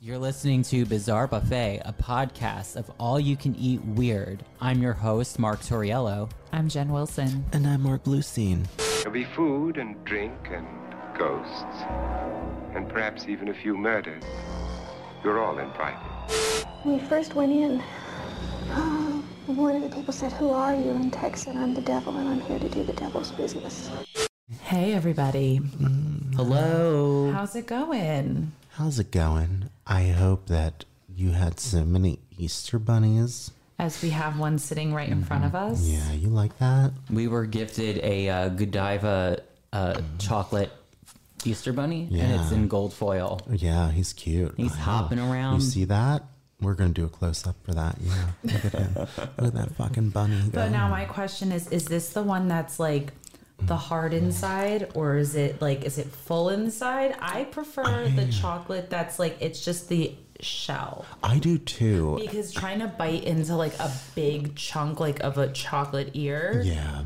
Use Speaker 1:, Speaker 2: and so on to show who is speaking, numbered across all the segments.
Speaker 1: You're listening to Bizarre Buffet, a podcast of all you can eat weird. I'm your host, Mark Torriello.
Speaker 2: I'm Jen Wilson.
Speaker 3: And I'm Mark Bluestein.
Speaker 4: There'll be food and drink and ghosts, and perhaps even a few murders. You're all invited.
Speaker 5: When we first went in, uh, one of the people said, Who are you? And Tex said, I'm the devil and I'm here to do the devil's business.
Speaker 2: Hey, everybody.
Speaker 1: Hello.
Speaker 2: How's it going?
Speaker 3: How's it going? I hope that you had so many Easter bunnies.
Speaker 2: As we have one sitting right in front of us.
Speaker 3: Mm-hmm. Yeah, you like that?
Speaker 1: We were gifted a uh, Godiva uh, chocolate Easter bunny, and
Speaker 3: Yeah.
Speaker 1: it's in gold foil.
Speaker 3: Yeah, he's cute.
Speaker 1: He's
Speaker 3: I know.
Speaker 1: hopping around.
Speaker 3: You see that? We're gonna do a close up for that. Yeah, look at him. Look at that fucking bunny.
Speaker 2: But now my question is is this the one that's like the hard
Speaker 3: Mm-hmm.
Speaker 2: inside or is it like is it full inside? I
Speaker 3: Oh,
Speaker 2: prefer the chocolate that's like it's just the shell
Speaker 3: I do too.
Speaker 2: because trying to bite into like a big chunk like of a chocolate ear.
Speaker 3: Yeah.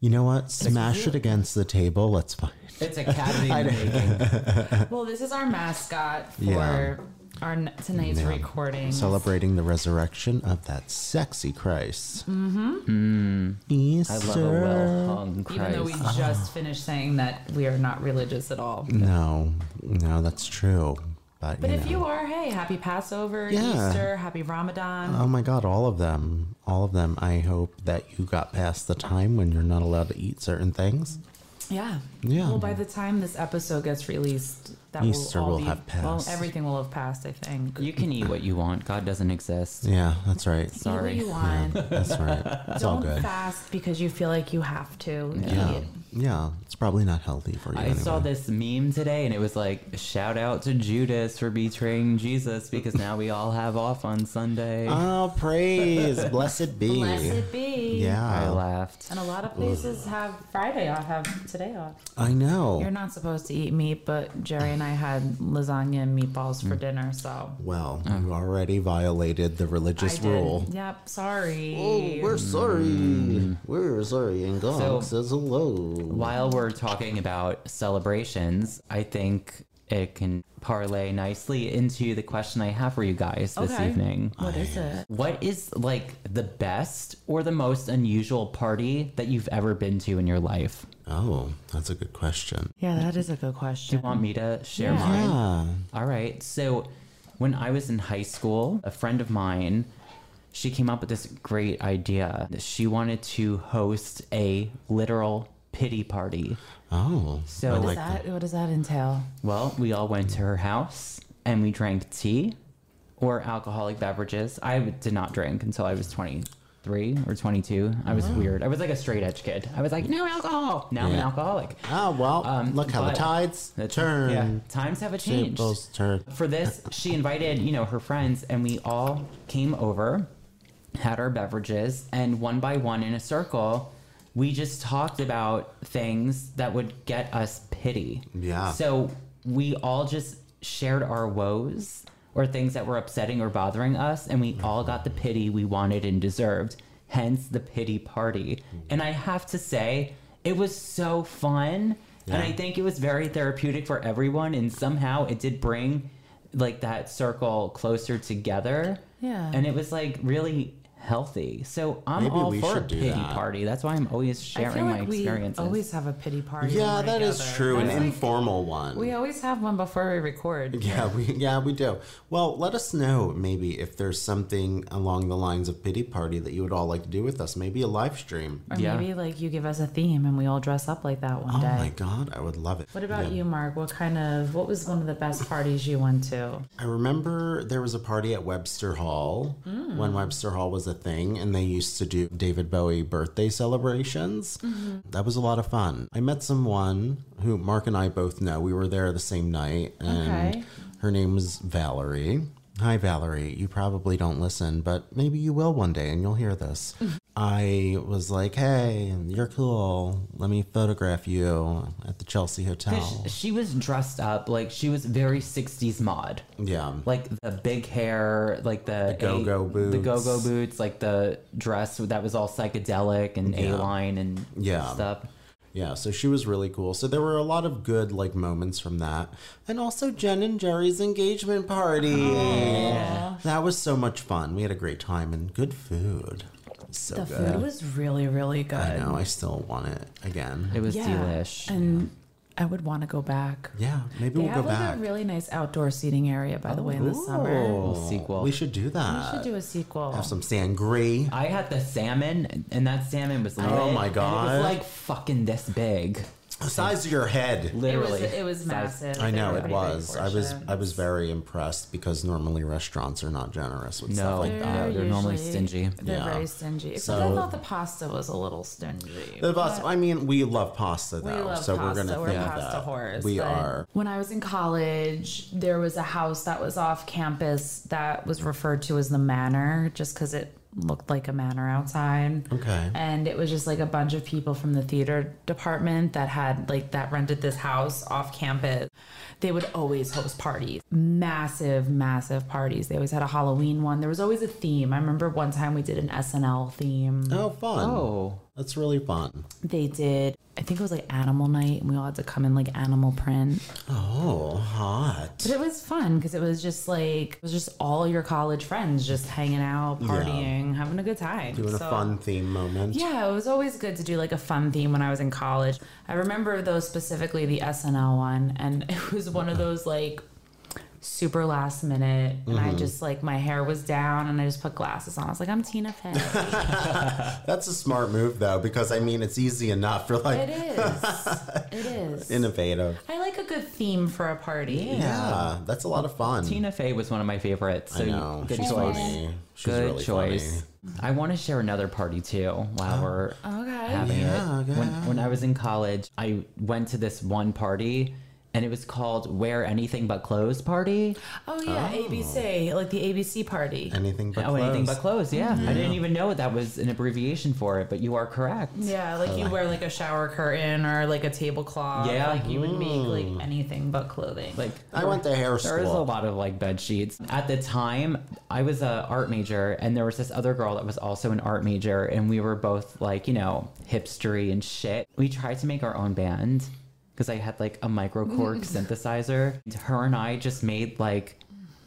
Speaker 3: You know what? Smash it against the table. Let's find.
Speaker 1: It's a cavity in the making.
Speaker 2: Well, this is our mascot for
Speaker 3: Yeah.
Speaker 2: our n- tonight's
Speaker 3: Yeah.
Speaker 2: recording.
Speaker 3: Celebrating the resurrection of that sexy Christ. Mm-hmm. Easter.
Speaker 1: Mm. I love a well hung Christ.
Speaker 2: even though we just finished saying that we are not religious at all.
Speaker 3: No, no, that's true. But,
Speaker 2: But
Speaker 3: you
Speaker 2: if
Speaker 3: know.
Speaker 2: you are, hey, happy Passover,
Speaker 3: Yeah.
Speaker 2: Easter, happy Ramadan.
Speaker 3: Oh my God, all of them. All of them. I hope that you got past the time when you're not allowed to eat certain things.
Speaker 2: yeah.
Speaker 3: Yeah.
Speaker 2: Well, by the time this episode gets released, that
Speaker 3: Easter
Speaker 2: will all
Speaker 3: will
Speaker 2: be,
Speaker 3: have
Speaker 2: Well,
Speaker 3: passed.
Speaker 2: everything will have passed, I think.
Speaker 1: You can eat what you want, God doesn't exist.
Speaker 3: Yeah, that's right.
Speaker 2: Eat what
Speaker 1: Sorry.
Speaker 2: you want.
Speaker 3: That's right. It's all
Speaker 2: Don't
Speaker 3: good.
Speaker 2: fast because you feel like you have to. Eat
Speaker 3: Yeah.
Speaker 2: it.
Speaker 3: Yeah. It's probably not healthy for you.
Speaker 1: I saw
Speaker 3: anyway.
Speaker 1: this meme today and it was like, shout out to Judas for betraying Jesus because now we all have off on Sunday.
Speaker 3: Oh, praise. Blessed be.
Speaker 2: Blessed be.
Speaker 1: I
Speaker 3: Yeah.
Speaker 1: laughed.
Speaker 2: And a lot of places have Friday off, have today off.
Speaker 3: I know.
Speaker 2: You're not supposed to eat meat, but Jerry and I had lasagna and meatballs
Speaker 3: Mm.
Speaker 2: for dinner, so.
Speaker 3: well, you already violated the religious
Speaker 2: I did. Oh,
Speaker 3: rule. Mm.
Speaker 2: Yep, sorry.
Speaker 3: sorry. We're sorry. And God
Speaker 1: So-
Speaker 3: says hello.
Speaker 1: While we're talking about celebrations, I think it can parlay nicely into the question I have for you guys this
Speaker 2: Okay.
Speaker 1: evening.
Speaker 2: What is it?
Speaker 1: What is like the best or the most unusual party that you've ever been to in your life?
Speaker 3: Oh, that's a good question.
Speaker 2: Yeah, that is a good
Speaker 1: Do
Speaker 2: question.
Speaker 1: you want me to share
Speaker 2: Yeah.
Speaker 1: mine?
Speaker 3: Yeah.
Speaker 1: All right. So when I was in high school, a friend of mine, she came up with this great idea. She wanted to host a literal pity party.
Speaker 3: Oh.
Speaker 1: So-
Speaker 3: I
Speaker 1: What is
Speaker 3: like
Speaker 2: that, what does that entail?
Speaker 1: Well, we all went to her house and we drank tea or alcoholic beverages. I did not drink until I was 23 or 22. I was weird. I was like a straight edge kid. I was like, no alcohol. Now I'm an
Speaker 3: Yeah.
Speaker 1: alcoholic.
Speaker 3: Ah, well,
Speaker 1: Um,
Speaker 3: look how
Speaker 1: but-
Speaker 3: the tides
Speaker 1: That's-
Speaker 3: turn.
Speaker 1: Yeah, times have changed.
Speaker 3: Tables turn.
Speaker 1: For this, she invited, you know, her friends, and we all came over, had our beverages, and one by one in a circle, we just talked about things that would get us pity.
Speaker 3: Yeah.
Speaker 1: So we all just shared our woes or things that were upsetting or bothering us, and we all got the pity we wanted and deserved. Hence the pity party. And I have to say, it was so fun. And
Speaker 3: Yeah.
Speaker 1: I think it was very therapeutic for everyone. And somehow it did bring like that circle closer together.
Speaker 2: Yeah.
Speaker 1: And it was like really healthy. So I'm
Speaker 3: Maybe
Speaker 1: all
Speaker 3: we
Speaker 1: for a
Speaker 3: should do
Speaker 1: pity
Speaker 3: that.
Speaker 1: party. That's why I'm always
Speaker 2: I feel
Speaker 1: sharing
Speaker 2: like
Speaker 1: my
Speaker 2: we
Speaker 1: experiences.
Speaker 2: always have a pity party.
Speaker 3: Yeah,
Speaker 2: when we're
Speaker 3: that is
Speaker 2: together.
Speaker 3: true. An
Speaker 2: That's like-
Speaker 3: informal one.
Speaker 2: we always have one before we record.
Speaker 3: yeah, we yeah we do. Well, let us know maybe if there's something along the lines of pity party that you would all like to do with us. Maybe a live stream.
Speaker 2: Or
Speaker 1: Yeah.
Speaker 2: maybe like you give us a theme and we all dress up like that one
Speaker 3: Oh
Speaker 2: day.
Speaker 3: my god, I would love it.
Speaker 2: What about you, Mark? What kind of what was one of the best parties you went to?
Speaker 3: I remember there was a party at Webster Hall when Webster Hall was a thing, and they used to do David Bowie birthday celebrations. That was a lot of fun. I met someone who Mark and I both know. We were there the same night, and
Speaker 2: Okay.
Speaker 3: her name was Valerie. Hi, Valerie. You probably don't listen, but maybe you will one day and you'll hear this. I was like, hey, you're cool. Let me photograph you at the Chelsea Hotel.
Speaker 1: Because she was dressed up like she was very 60s mod.
Speaker 3: Yeah.
Speaker 1: Like the big hair, like the,
Speaker 3: go-go
Speaker 1: the
Speaker 3: boots.
Speaker 1: go go boots, like the dress that was all psychedelic and
Speaker 3: Yeah.
Speaker 1: A line and
Speaker 3: Yeah.
Speaker 1: stuff.
Speaker 3: Yeah, so she was really cool. So there were a lot of good like moments from that. And also Jen and Jerry's engagement party. That was so much fun. We had a great time and good food. So
Speaker 2: The
Speaker 3: good.
Speaker 2: food was really, really good.
Speaker 3: I know, I still want it again.
Speaker 1: It was
Speaker 2: Yeah.
Speaker 1: delish.
Speaker 2: And I would want to go back.
Speaker 3: yeah, maybe
Speaker 2: They
Speaker 3: we'll go
Speaker 2: have like
Speaker 3: back.
Speaker 2: a really nice outdoor seating area, by the way, in the summer.
Speaker 1: Little sequel.
Speaker 3: We should do
Speaker 2: We
Speaker 3: that.
Speaker 2: should do a sequel.
Speaker 3: Have some sangria.
Speaker 1: I had the salmon, and that salmon was lit,
Speaker 3: Oh my
Speaker 1: and It
Speaker 3: God.
Speaker 1: was like fucking this big,
Speaker 3: The size of your head.
Speaker 2: it was
Speaker 1: literally.
Speaker 2: it was massive.
Speaker 3: I know it
Speaker 2: Everybody
Speaker 3: was. I was
Speaker 2: portion.
Speaker 3: I was very impressed because normally restaurants are not generous with stuff
Speaker 1: no,
Speaker 3: like that.
Speaker 1: uh, they're normally
Speaker 2: usually-
Speaker 1: stingy.
Speaker 2: They're
Speaker 3: Yeah.
Speaker 2: very stingy. Except
Speaker 3: So-
Speaker 2: I thought the pasta was a little stingy.
Speaker 3: The pasta. I mean, we love pasta though,
Speaker 2: love
Speaker 3: so we're
Speaker 2: pasta.
Speaker 3: gonna
Speaker 2: We're
Speaker 3: think
Speaker 2: pasta
Speaker 3: that
Speaker 2: whores,
Speaker 3: we
Speaker 2: but-
Speaker 3: are.
Speaker 2: When I was in college, there was a house that was off campus that was referred to as the manor just because it looked like a manor outside.
Speaker 3: Okay.
Speaker 2: And it was just like a bunch of people from the theater department that had like that rented this house off campus. They would always host parties, massive, massive parties. They always had a Halloween one. There was always a theme. I remember one time we did an SNL theme.
Speaker 3: Oh, fun!
Speaker 1: Oh,
Speaker 3: That's really fun.
Speaker 2: They did, I think it was like Animal Night, and we all had to come in like animal print.
Speaker 3: Oh, hot!
Speaker 2: But it was fun because it was just like it was just all your college friends just hanging out, partying, having a good time.
Speaker 3: Doing a
Speaker 2: So-
Speaker 3: fun theme moment.
Speaker 2: Yeah, it was always good to do like a fun theme when I was in college. I remember those specifically the SNL one, and it was one of those like super last minute. And
Speaker 3: Mm-hmm.
Speaker 2: I just like my hair was down, and I just put glasses on. I was like, I'm Tina Fey.
Speaker 3: That's a smart move though, because I mean, it's easy enough for like
Speaker 2: it is. It is.
Speaker 3: innovative.
Speaker 2: I like a good theme for a party.
Speaker 3: Yeah, that's a lot of fun.
Speaker 1: Tina Fey was one of my favorites. So
Speaker 3: I know.
Speaker 1: good
Speaker 3: She's
Speaker 1: choice.
Speaker 3: funny. She's
Speaker 1: Good
Speaker 3: really
Speaker 1: choice.
Speaker 3: funny.
Speaker 1: I want to share another party too while
Speaker 2: Oh,
Speaker 1: we're
Speaker 2: Okay.
Speaker 1: having
Speaker 3: Yeah,
Speaker 1: it. When,
Speaker 3: yeah.
Speaker 1: when I was in college, I went to this one party and it was called Wear Anything But Clothes Party.
Speaker 2: Oh yeah, ABC, like the ABC party.
Speaker 3: Anything but
Speaker 1: oh,
Speaker 3: clothes.
Speaker 1: anything but clothes. Yeah. I didn't even know that was an abbreviation for it, but you are correct.
Speaker 2: Yeah, like you wear like a shower curtain or like a tablecloth.
Speaker 1: Yeah. Hmm.
Speaker 2: like you would make like anything but clothing.
Speaker 1: Like
Speaker 3: I went to hair
Speaker 1: There is a
Speaker 3: school.
Speaker 1: lot of like bed sheets. At the time, I was a art major, and there was this other girl that was also an art major, and we were both like, you know, hipstery and shit. We tried to make our own band because I had like a microcorg synthesizer. Her and I just made like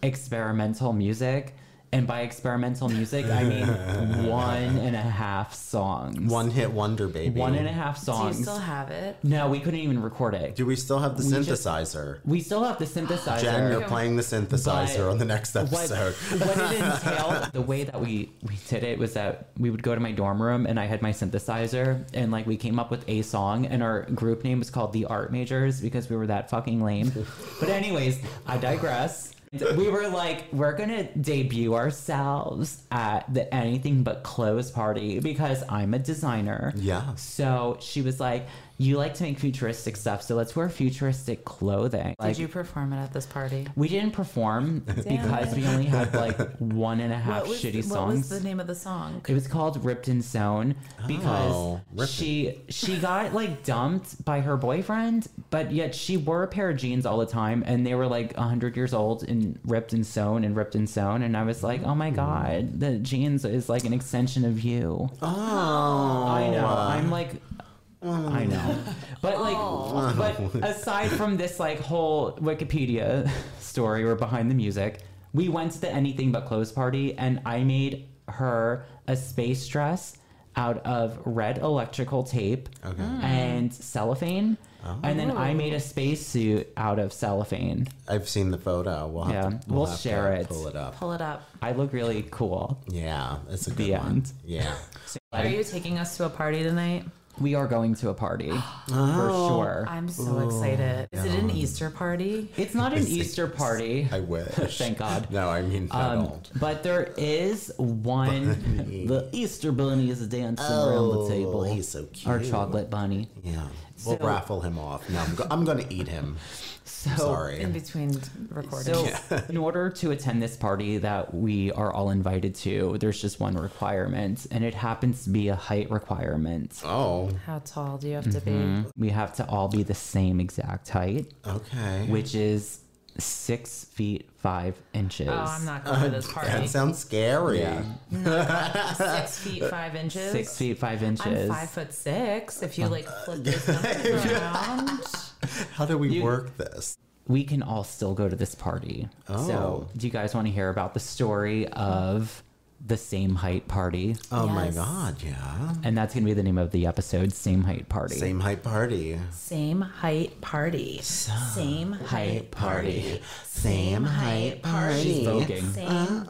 Speaker 1: experimental music. And by experimental music, I mean one and a half songs.
Speaker 3: One hit wonder, baby.
Speaker 1: One and a half
Speaker 2: do you
Speaker 1: songs.
Speaker 2: still have it?
Speaker 1: no, we couldn't even record it.
Speaker 3: Do we still have the
Speaker 1: just-
Speaker 3: synthesizer?
Speaker 1: We still have the synthesizer.
Speaker 3: Jen, you're playing the synthesizer
Speaker 1: But
Speaker 3: on the next
Speaker 1: what,
Speaker 3: episode.
Speaker 1: what it entailed, the way that we, we did it was that we would go to my dorm room and I had my synthesizer and like we came up with a song and our group name was called The Art Majors because we were that fucking lame. but anyways, I digress. We were like, we're gonna debut ourselves at the anything but clothes party because I'm a designer.
Speaker 3: Yeah.
Speaker 1: So she was like, you like to make futuristic stuff, so let's wear futuristic clothing. Like,
Speaker 2: Did you perform it at this party?
Speaker 1: we didn't perform because we only had like one and a half
Speaker 2: What was,
Speaker 1: shitty
Speaker 2: what was
Speaker 1: songs.
Speaker 2: the name of the song?
Speaker 1: it was called Ripped and Sewn because
Speaker 3: Oh, ripped
Speaker 1: she she got like dumped by her boyfriend, but yet she wore a pair of jeans all the time and they were like 100 years old and ripped and sewn and ripped and sewn and I was like, "Oh my god, the jeans is like an extension of you."
Speaker 3: Oh,
Speaker 1: I know. I'm like, I know. But like,
Speaker 3: Oh.
Speaker 1: but aside from this like whole Wikipedia story or behind the music, we went to the anything but clothes party, and I made her a space dress out of red electrical tape and cellophane.
Speaker 3: Oh.
Speaker 1: And then I made a space suit out of cellophane.
Speaker 3: I've seen the photo. We'll have
Speaker 1: Yeah,
Speaker 3: to,
Speaker 1: we'll share it.
Speaker 3: Pull it up.
Speaker 2: Pull it up.
Speaker 1: I look really cool.
Speaker 3: Yeah, it's a good
Speaker 1: The
Speaker 3: one.
Speaker 1: end.
Speaker 3: Yeah.
Speaker 2: Are you taking us to a party tonight?
Speaker 1: We are going to a party
Speaker 3: Oh.
Speaker 1: for sure.
Speaker 2: I'm so excited. Is it an Easter party?
Speaker 1: it's not an Easter party.
Speaker 3: I wish.
Speaker 1: Thank God.
Speaker 3: No, I mean not
Speaker 1: Um,
Speaker 3: old.
Speaker 1: but there is one. the Easter bunny is dancing around the table.
Speaker 3: Oh, he's so
Speaker 1: Our
Speaker 3: cute.
Speaker 1: chocolate bunny.
Speaker 3: Yeah. We'll
Speaker 1: So-
Speaker 3: raffle him off. No, I'm, go- I'm going to eat him.
Speaker 1: So,
Speaker 2: In
Speaker 3: Sorry.
Speaker 2: between recordings.
Speaker 1: So, in order to attend this party that we are all invited to, there's just one requirement, and it happens to be a height requirement.
Speaker 3: Oh,
Speaker 2: How tall
Speaker 1: Mm-hmm.
Speaker 2: do you have to be?
Speaker 1: We have to all be the same exact height,
Speaker 3: okay.
Speaker 1: which is six feet five inches.
Speaker 2: Oh, I'm not going to this party.
Speaker 3: That sounds scary.
Speaker 1: Yeah.
Speaker 2: Six feet five inches.
Speaker 1: Six feet five inches.
Speaker 2: I'm five foot six. If
Speaker 3: Oh.
Speaker 2: you like flip this numbers around,
Speaker 3: How do we work this?
Speaker 1: we can all still go to this party. So,
Speaker 3: Oh.
Speaker 1: do you guys want to hear about the story of the same height party?
Speaker 3: Oh my
Speaker 2: Yes.
Speaker 3: god, yeah.
Speaker 1: And that's going to be the name of the episode, Same Height Party.
Speaker 3: Same height party.
Speaker 2: same height party. Same height.
Speaker 1: height party.
Speaker 3: Same height party. Uh-huh.
Speaker 1: Voguing.
Speaker 2: Same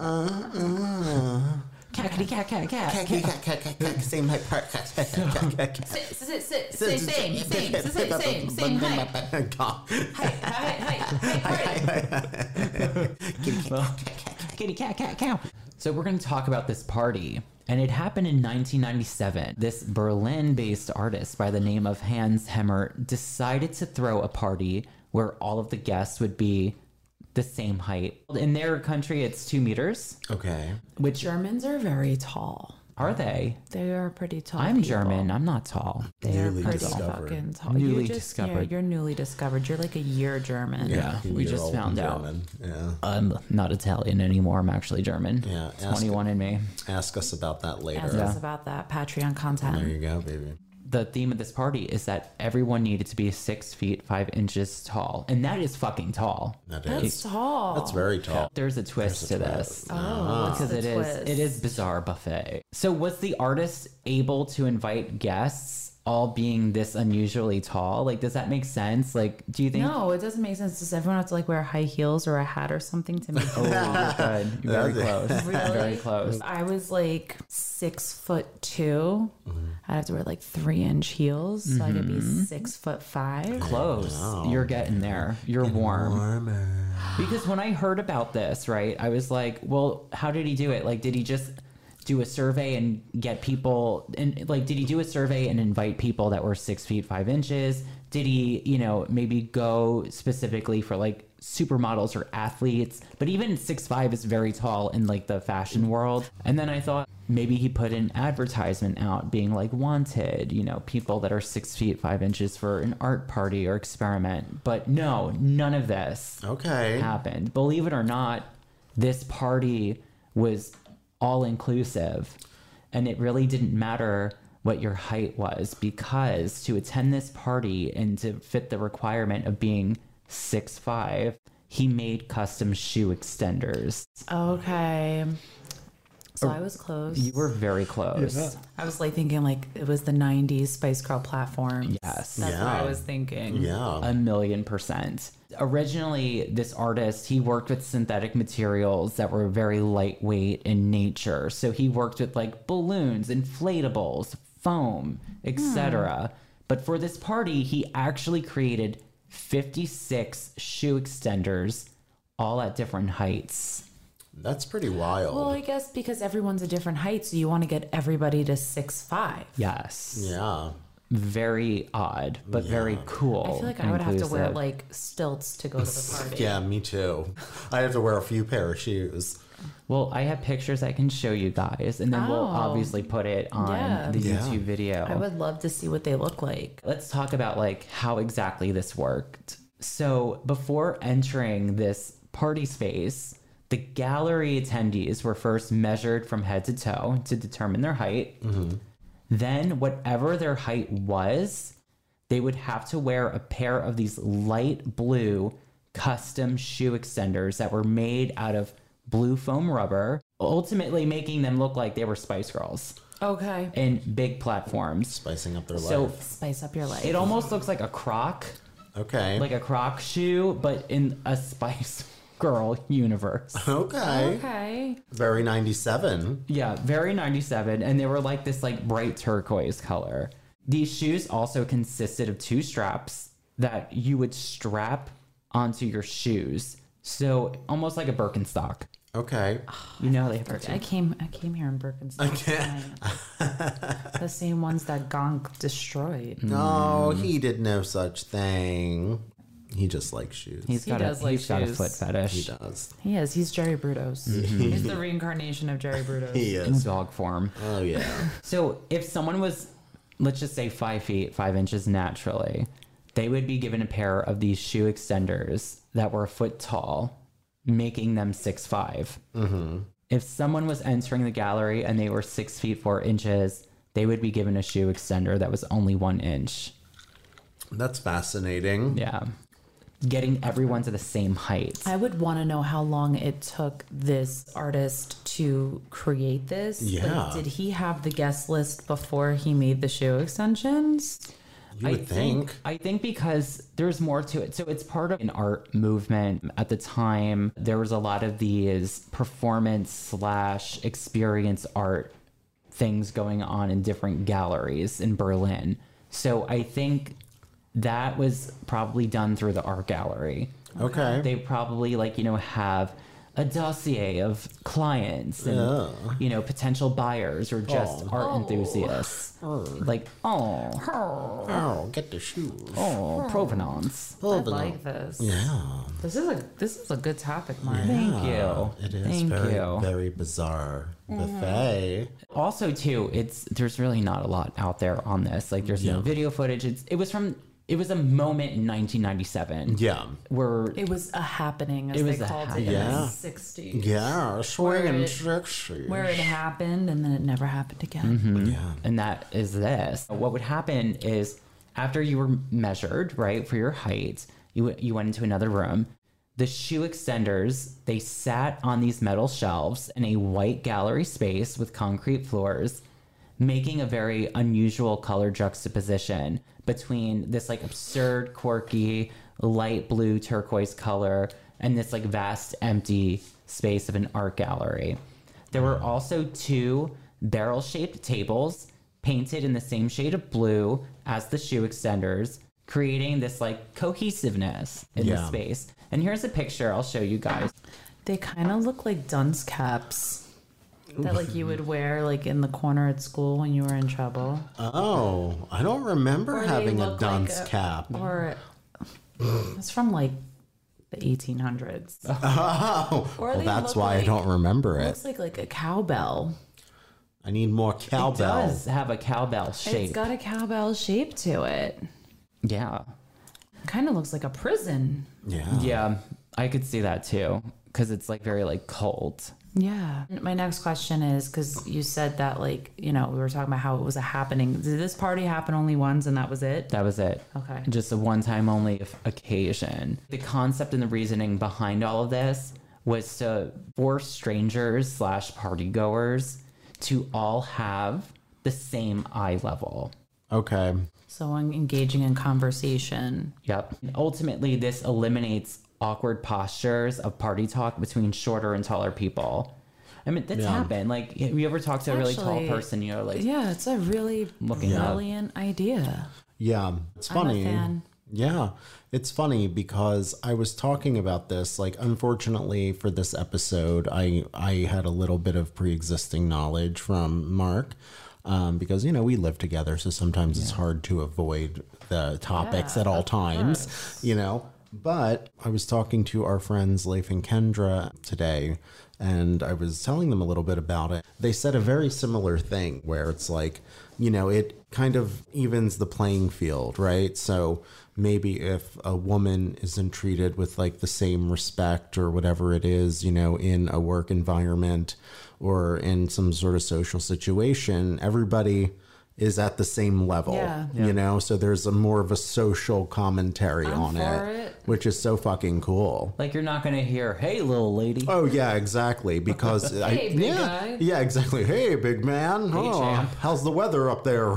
Speaker 1: Cackety cack cack cack.
Speaker 3: Same height party.
Speaker 2: Sit, sit, sit, sit, same, same, same, same, same, same height, height, height, height, height, height.
Speaker 1: Kitty cat cat cow. So we're going to talk about this party. And it happened in 1997. This Berlin based artist by the name of Hans Hemmer decided to throw a party where all of the guests would be the same height. In their country, it's two meters,
Speaker 3: Okay.
Speaker 1: which
Speaker 2: Germans are very tall.
Speaker 1: are they?
Speaker 2: They are pretty tall.
Speaker 1: I'm
Speaker 2: people.
Speaker 1: German. I'm not tall.
Speaker 2: They are
Speaker 3: Newly
Speaker 2: pretty
Speaker 3: discovered.
Speaker 2: fucking tall.
Speaker 1: Newly
Speaker 2: you just, Yeah,
Speaker 1: discovered.
Speaker 2: you're newly discovered. You're like a year German.
Speaker 1: Yeah, we just
Speaker 3: Year-old
Speaker 1: found out.
Speaker 3: German. Yeah.
Speaker 1: I'm not Italian anymore. I'm actually German.
Speaker 3: Yeah, ask-
Speaker 1: 21 in me.
Speaker 3: Ask us about that later.
Speaker 2: Ask us about that Patreon content.
Speaker 3: There you go, baby.
Speaker 1: the theme of this party is that everyone needed to be six feet five inches tall, and that is fucking tall.
Speaker 3: That
Speaker 2: That's
Speaker 3: is.
Speaker 2: tall.
Speaker 3: That's very tall.
Speaker 1: There's a twist Ah. to this
Speaker 2: Oh, what's
Speaker 1: because
Speaker 2: the
Speaker 1: it is
Speaker 2: twist?
Speaker 1: it is bizarre buffet. So was the artist able to invite guests all being this unusually tall? Like, does that make sense? Like, do you think?
Speaker 2: No, it doesn't make sense. Does everyone have to like wear high heels or a hat or something to make
Speaker 1: Oh,
Speaker 2: it?
Speaker 1: you're good. You're very close. Very close.
Speaker 2: I was like six foot 2
Speaker 1: Mm-hmm.
Speaker 2: I'd have to wear like three inch heels, so I could be six foot five.
Speaker 1: Close. You're getting there. You're warm. Because when I heard about this, right, I was like, well, how did he do it? Like, did he just do a survey and get people, and like, did he do a survey and invite people that were six feet five inches? Did he, you know, maybe go specifically for like supermodels or athletes? But even six five is very tall in like the fashion world. And then I thought maybe he put an advertisement out being like wanted, you know, people that are six feet five inches for an art party or experiment. But no, none of this
Speaker 3: Okay.
Speaker 1: happened. Believe it or not, this party was all inclusive. And it really didn't matter what your height was because to attend this party and to fit the requirement of being 6'5, he made custom shoe extenders.
Speaker 2: Okay. So I was close.
Speaker 1: You were very close.
Speaker 2: I was like thinking like it was the '90s Spice Girl platform.
Speaker 1: Yes.
Speaker 2: that's what I
Speaker 3: Yeah.
Speaker 2: was thinking.
Speaker 3: Yeah.
Speaker 1: a million percent. Originally, this artist he worked with synthetic materials that were very lightweight in nature. So he worked with like balloons, inflatables, foam, etc. But for this party, he actually created 56 shoe extenders all at different heights.
Speaker 3: That's pretty
Speaker 2: Well,
Speaker 3: wild.
Speaker 2: I guess because everyone's a different height, so you want to get everybody to six five.
Speaker 1: Yes.
Speaker 3: Yeah.
Speaker 1: Very odd, but very cool.
Speaker 2: I feel like I would have to wear
Speaker 1: inclusive.
Speaker 2: like stilts to go to the party.
Speaker 3: Yeah, me too. I have to wear a few pair of shoes.
Speaker 1: Well, I have pictures I can show you guys, and then we'll
Speaker 2: Oh.
Speaker 1: obviously put it on
Speaker 2: Yeah.
Speaker 1: the
Speaker 3: Yeah.
Speaker 1: YouTube video.
Speaker 2: I would love to see what they look like.
Speaker 1: Let's talk about like how exactly this worked. So, before entering this party space, the gallery attendees were first measured from head to toe to determine their height. Then, whatever their height was, they would have to wear a pair of these light blue custom shoe extenders that were made out of blue foam rubber, ultimately making them look like they were Spice Girls
Speaker 2: Okay.
Speaker 1: and big platforms.
Speaker 3: Spicing up their life.
Speaker 1: So
Speaker 2: Spice up your life.
Speaker 1: it almost looks like a croc,
Speaker 3: okay.
Speaker 1: like a croc shoe, but in a Spice Girl universe.
Speaker 3: okay.
Speaker 1: uh,
Speaker 2: okay.
Speaker 3: Very 97.
Speaker 1: Yeah, very 97. And they were like this like bright turquoise color. These shoes also consisted of two straps that you would strap onto your shoes. So almost like a Birkenstock.
Speaker 3: Okay.
Speaker 1: You know, they have
Speaker 2: I
Speaker 1: two.
Speaker 2: came. I came here in Birkenstock. tonight. the same ones that Gonk destroyed.
Speaker 3: No,
Speaker 1: Hmm.
Speaker 3: he did no such thing. He just likes shoes.
Speaker 1: He's
Speaker 2: He
Speaker 1: got, a,
Speaker 2: does like
Speaker 1: he's got a
Speaker 2: shoes.
Speaker 1: foot fetish.
Speaker 3: he does.
Speaker 2: He is. He's Jerry Brutos. He's the reincarnation of Jerry Brutos.
Speaker 3: Mm-hmm. He
Speaker 1: In
Speaker 3: is.
Speaker 1: dog form.
Speaker 3: Oh, yeah.
Speaker 1: So if someone was, let's just say five feet, five inches naturally, they would be given a pair of these shoe extenders that were a foot tall, making them six five. If someone was entering the gallery and they were six feet four inches, they would be given a shoe extender that was only one inch.
Speaker 3: That's fascinating.
Speaker 1: Yeah. Getting everyone to the same height.
Speaker 2: I would want to know how long it took this artist to create this. Like,
Speaker 3: Yeah.
Speaker 2: did he have the guest list before he made the shoe extensions?
Speaker 3: You would think.
Speaker 1: I think because there's more to it. So it's part of an art movement at the time. There was a lot of these performance slash experience art things going on in different galleries in Berlin. So I think that was probably done through the art gallery.
Speaker 3: Okay.
Speaker 1: They probably like, you know, have a dossier of clients and you know potential buyers or just art enthusiasts like oh
Speaker 3: oh, get the shoes.
Speaker 1: Oh, provenance.
Speaker 2: I like this.
Speaker 3: Oh, Yeah.
Speaker 2: This is a this is a good topic, Mark.
Speaker 1: Thank you.
Speaker 3: Ah, It is
Speaker 1: Thank
Speaker 3: very,
Speaker 1: you.
Speaker 3: very bizarre buffet.
Speaker 1: Also, too, it's there's really not a lot out there on this. Like, there's no video footage. It's it was from it was a moment in 1997
Speaker 3: Yeah.
Speaker 1: where
Speaker 2: It was a happening, as
Speaker 1: It was
Speaker 2: they
Speaker 1: a
Speaker 2: called it in
Speaker 3: happening.
Speaker 2: the
Speaker 3: Yeah.
Speaker 2: 60s.
Speaker 3: Yeah. Swing
Speaker 2: Where
Speaker 3: and
Speaker 2: it-
Speaker 3: sexy.
Speaker 2: Where it happened and then it never happened again.
Speaker 3: Yeah.
Speaker 1: and that is this. What would happen is after you were measured, right, for your height, you you went into another room. The shoe extenders, they sat on these metal shelves in a white gallery space with concrete floors, making a very unusual color juxtaposition between this like absurd, quirky, light blue turquoise color and this like vast empty space of an art gallery. There were also two barrel shaped tables painted in the same shade of blue as the shoe extenders, creating this like cohesiveness in the
Speaker 3: Yeah.
Speaker 1: space. And here's a picture I'll show you guys.
Speaker 2: They kind of look like dunce caps that like you would wear like in the corner at school when you were in trouble.
Speaker 3: Oh, I don't remember
Speaker 2: Or they
Speaker 3: having a
Speaker 2: look like
Speaker 3: dunce
Speaker 2: a-
Speaker 3: cap.
Speaker 2: Or it's from like the 1800s.
Speaker 3: Oh,
Speaker 2: Or
Speaker 3: well,
Speaker 2: they look
Speaker 3: that's why I
Speaker 2: like-
Speaker 3: don't remember
Speaker 2: It
Speaker 3: it.
Speaker 2: looks like like a cowbell.
Speaker 3: I need more
Speaker 1: It
Speaker 3: cowbell.
Speaker 1: does have a cowbell shape.
Speaker 2: It's got a cowbell shape to it.
Speaker 1: yeah.
Speaker 2: Kind of looks like a prison.
Speaker 3: Yeah.
Speaker 1: Yeah. I could see that too. Cause it's like very like cold.
Speaker 2: Yeah. My next question is because you said that like you know we were talking about how it was a happening. Did this party happen only once and that was it?
Speaker 1: That was it.
Speaker 2: Okay.
Speaker 1: Just a one time only f- occasion. The concept and the reasoning behind all of this was to force strangers slash party goers to all have the same eye level.
Speaker 3: Okay.
Speaker 2: So I'm engaging in conversation.
Speaker 1: Yep. And ultimately, this eliminates awkward postures of party talk between shorter and taller people. I mean, that's happened. Like, have you ever talked to a really
Speaker 2: Actually-
Speaker 1: tall person? You know, like,
Speaker 2: Yeah, it's a really
Speaker 1: Looking up.
Speaker 2: brilliant idea.
Speaker 3: Yeah. It's
Speaker 2: a
Speaker 3: funny.
Speaker 2: fan.
Speaker 3: Yeah. It's funny because I was talking about this. Like, unfortunately for this episode, I I had a little bit of pre existing knowledge from Mark. Um, because you know we live together, so sometimes it's hard to avoid the topics at all times, you know. But I was talking to our friends Leif and Kendra today, and I was telling them a little bit about it. They said a very similar thing where it's like, you know, it kind of evens the playing field, right? So maybe if a woman isn't treated with like the same respect or whatever it is, you know, in a work environment or in some sort of social situation, everybody is at the same level,
Speaker 2: Yeah.
Speaker 3: you know? So there's a more of a social commentary on
Speaker 2: for
Speaker 3: it,
Speaker 2: it.
Speaker 3: which is so fucking cool.
Speaker 1: like you're not gonna hear, "Hey, little lady."
Speaker 3: Oh yeah, exactly. Because I,
Speaker 2: Hey, big
Speaker 3: yeah,
Speaker 2: guy.
Speaker 3: yeah, exactly. Hey, big man. Oh,
Speaker 1: champ.
Speaker 3: how's the weather up there?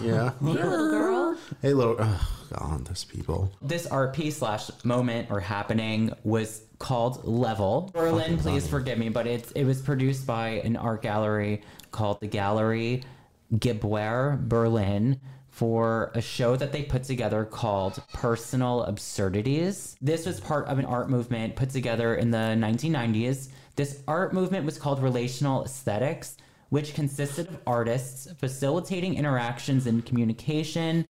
Speaker 3: Yeah.
Speaker 2: Little girl.
Speaker 3: Hey, little. Oh, God, those people.
Speaker 1: This RP slash moment or happening was called Level. Berlin, please forgive me, but it's it was produced by an art gallery called the Gallery Gibwer Berlin for a show that they put together called Personal Absurdities. This was part of an art movement put together in the 1990s. This art movement was called Relational Aesthetics, which consisted of artists facilitating interactions and communication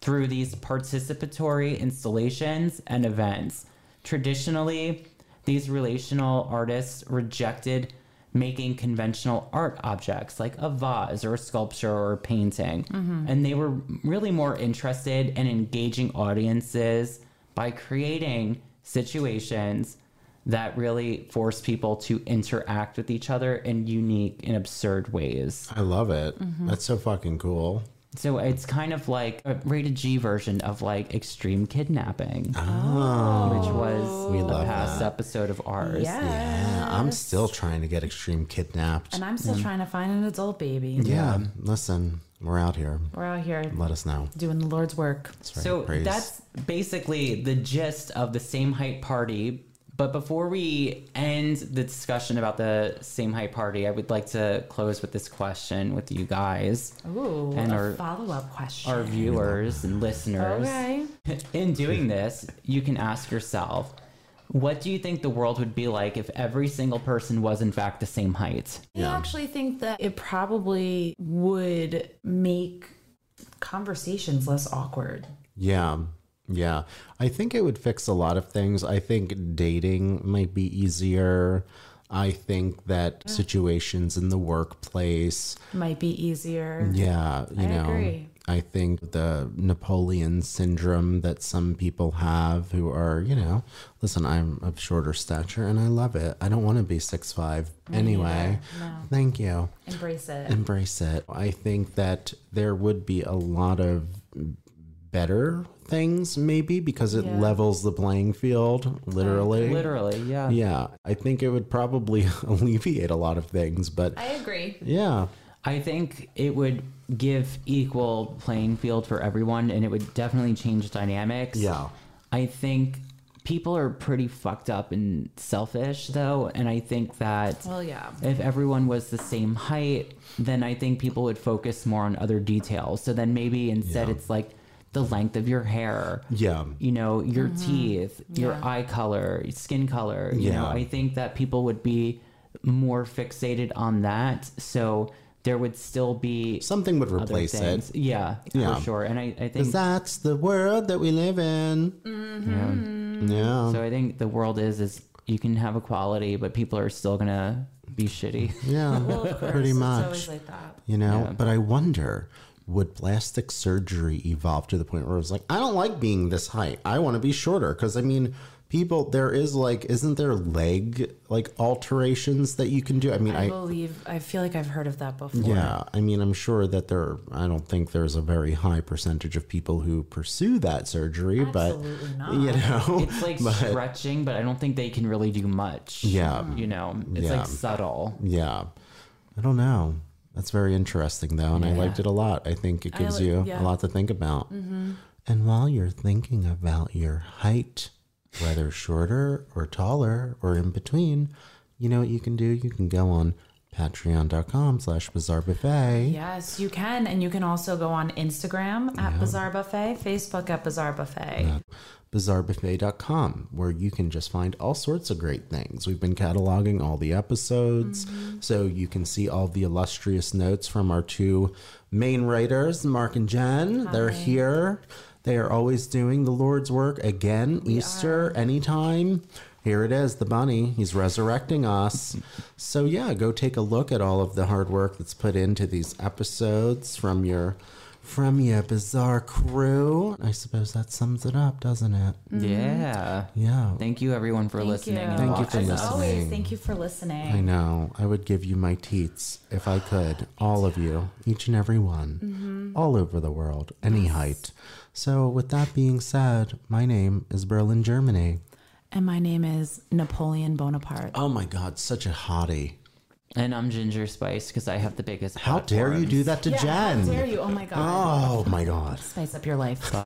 Speaker 1: through these participatory installations and events. Traditionally, these relational artists rejected making conventional art objects like a vase or a sculpture or a painting. And they were really more interested in engaging audiences by creating situations that really force people to interact with each other in unique and absurd ways.
Speaker 3: I love it.
Speaker 2: Mm-hmm.
Speaker 3: That's so fucking cool.
Speaker 1: So it's kind of like a rated G version of like extreme kidnapping, which was
Speaker 3: Ah. We
Speaker 1: a
Speaker 3: love
Speaker 1: past
Speaker 3: that.
Speaker 1: episode of ours.
Speaker 3: Yeah, I'm still trying to get extreme kidnapped.
Speaker 2: And I'm still trying to find an adult baby.
Speaker 3: yeah, listen, we're out here.
Speaker 2: We're out here
Speaker 3: Let us know.
Speaker 2: doing the Lord's work.
Speaker 3: That's right,
Speaker 1: So
Speaker 3: praise.
Speaker 1: that's basically the gist of the same height party. But before we end the discussion about the same height party, I would like to close with this question with you guys,
Speaker 2: Ooh,
Speaker 1: And
Speaker 2: a
Speaker 1: our-
Speaker 2: follow-up question.
Speaker 1: our viewers and listeners.
Speaker 2: okay.
Speaker 1: In doing this, you can ask yourself, what do you think the world would be like if every single person was in fact the same height?
Speaker 3: Yeah.
Speaker 2: I actually think that it probably would make conversations less awkward.
Speaker 3: Yeah. Yeah. I think it would fix a lot of things. I think dating might be easier. I think that situations in the workplace,
Speaker 2: Might be easier.
Speaker 3: yeah, you
Speaker 2: I
Speaker 3: know.
Speaker 2: agree.
Speaker 3: I think the Napoleon syndrome that some people have who are, you know, listen, I'm of shorter stature and I love it. I don't want to be six five anyway. Thank you
Speaker 2: Embrace it.
Speaker 3: embrace it. I think that there would be a lot of better things maybe because it
Speaker 2: Yeah.
Speaker 3: levels the playing field literally.
Speaker 1: Literally, yeah.
Speaker 3: Yeah, I think it would probably alleviate a lot of things, but
Speaker 2: I agree.
Speaker 3: yeah.
Speaker 1: I think it would give equal playing field for everyone and it would definitely change dynamics.
Speaker 3: Yeah.
Speaker 1: I think people are pretty fucked up and selfish though, and I think that
Speaker 2: Well, yeah.
Speaker 1: if everyone was the same height, then I think people would focus more on other details. So then maybe instead it's like the length of your hair.
Speaker 3: Yeah.
Speaker 1: You know, your teeth, your eye color, skin color. You know,
Speaker 3: Yeah.
Speaker 1: I think that people would be more fixated on that. So there would still be
Speaker 3: Something would
Speaker 1: other
Speaker 3: replace
Speaker 1: things.
Speaker 3: it.
Speaker 1: Yeah,
Speaker 3: Yeah.
Speaker 1: for sure. And I, I think
Speaker 3: 'Cause That's the world that we live in.
Speaker 2: Mm.
Speaker 3: Yeah.
Speaker 1: So I think the world is is you can have equality, but people are still gonna be shitty.
Speaker 3: Yeah. pretty much.
Speaker 2: It's always like that.
Speaker 3: you know but i wonder would plastic surgery evolve to the point where it was like i don't like being this height i want to be shorter because i mean people there is like isn't there leg like alterations that you can do i mean
Speaker 2: I
Speaker 3: i,
Speaker 2: believe, I feel like I've heard of that before.
Speaker 3: yeah i mean i'm sure that there i don't think there's a very high percentage of people who pursue that surgery
Speaker 2: Absolutely
Speaker 3: but
Speaker 2: not.
Speaker 3: you know
Speaker 1: It's like stretching, but I don't think they can really do much.
Speaker 3: Yeah.
Speaker 1: you know, it's
Speaker 3: Yeah.
Speaker 1: like subtle.
Speaker 3: yeah i don't know that's very interesting though and i liked it a lot i think it gives
Speaker 2: li-
Speaker 3: you
Speaker 2: yeah. Mm-hmm.
Speaker 3: a lot to think about and while you're thinking about your height whether shorter or taller or in between you know what you can do you can go on patreon.com slash bizarre buffet
Speaker 2: Yes, you can. And you can also go on Instagram at Bizarre Buffet, Facebook at Bizarre Buffet.
Speaker 3: bizarrebuffet.com where you can just find all sorts of great things. We've been cataloging all the episodes so you can see all the illustrious notes from our two main writers, Mark and Jen. They're here. They are always doing the Lord's work again, Easter, anytime. Here it is, the bunny. He's resurrecting us. So, yeah, go take a look at all of the hard work that's put into these episodes from your from your bizarre crew. I suppose that sums it up, doesn't it?
Speaker 1: Yeah.
Speaker 3: Yeah.
Speaker 1: Thank you everyone for listening. and
Speaker 3: Thank you for
Speaker 1: watching.
Speaker 2: As always,
Speaker 3: listening.
Speaker 2: thank you for listening.
Speaker 3: I know. I would give you my teats if I could. All of you, each and every one, all over the world, any height. So, with that being said, my name is Berlin, Germany.
Speaker 2: And my name is Napoleon Bonaparte.
Speaker 3: Oh my God, such a hottie.
Speaker 1: And I'm Ginger Spice because I have the biggest.
Speaker 3: How dare you do that to
Speaker 2: Yeah,
Speaker 3: Jen?
Speaker 2: How dare you? Oh my God.
Speaker 3: Oh my God.
Speaker 2: Spice up your life.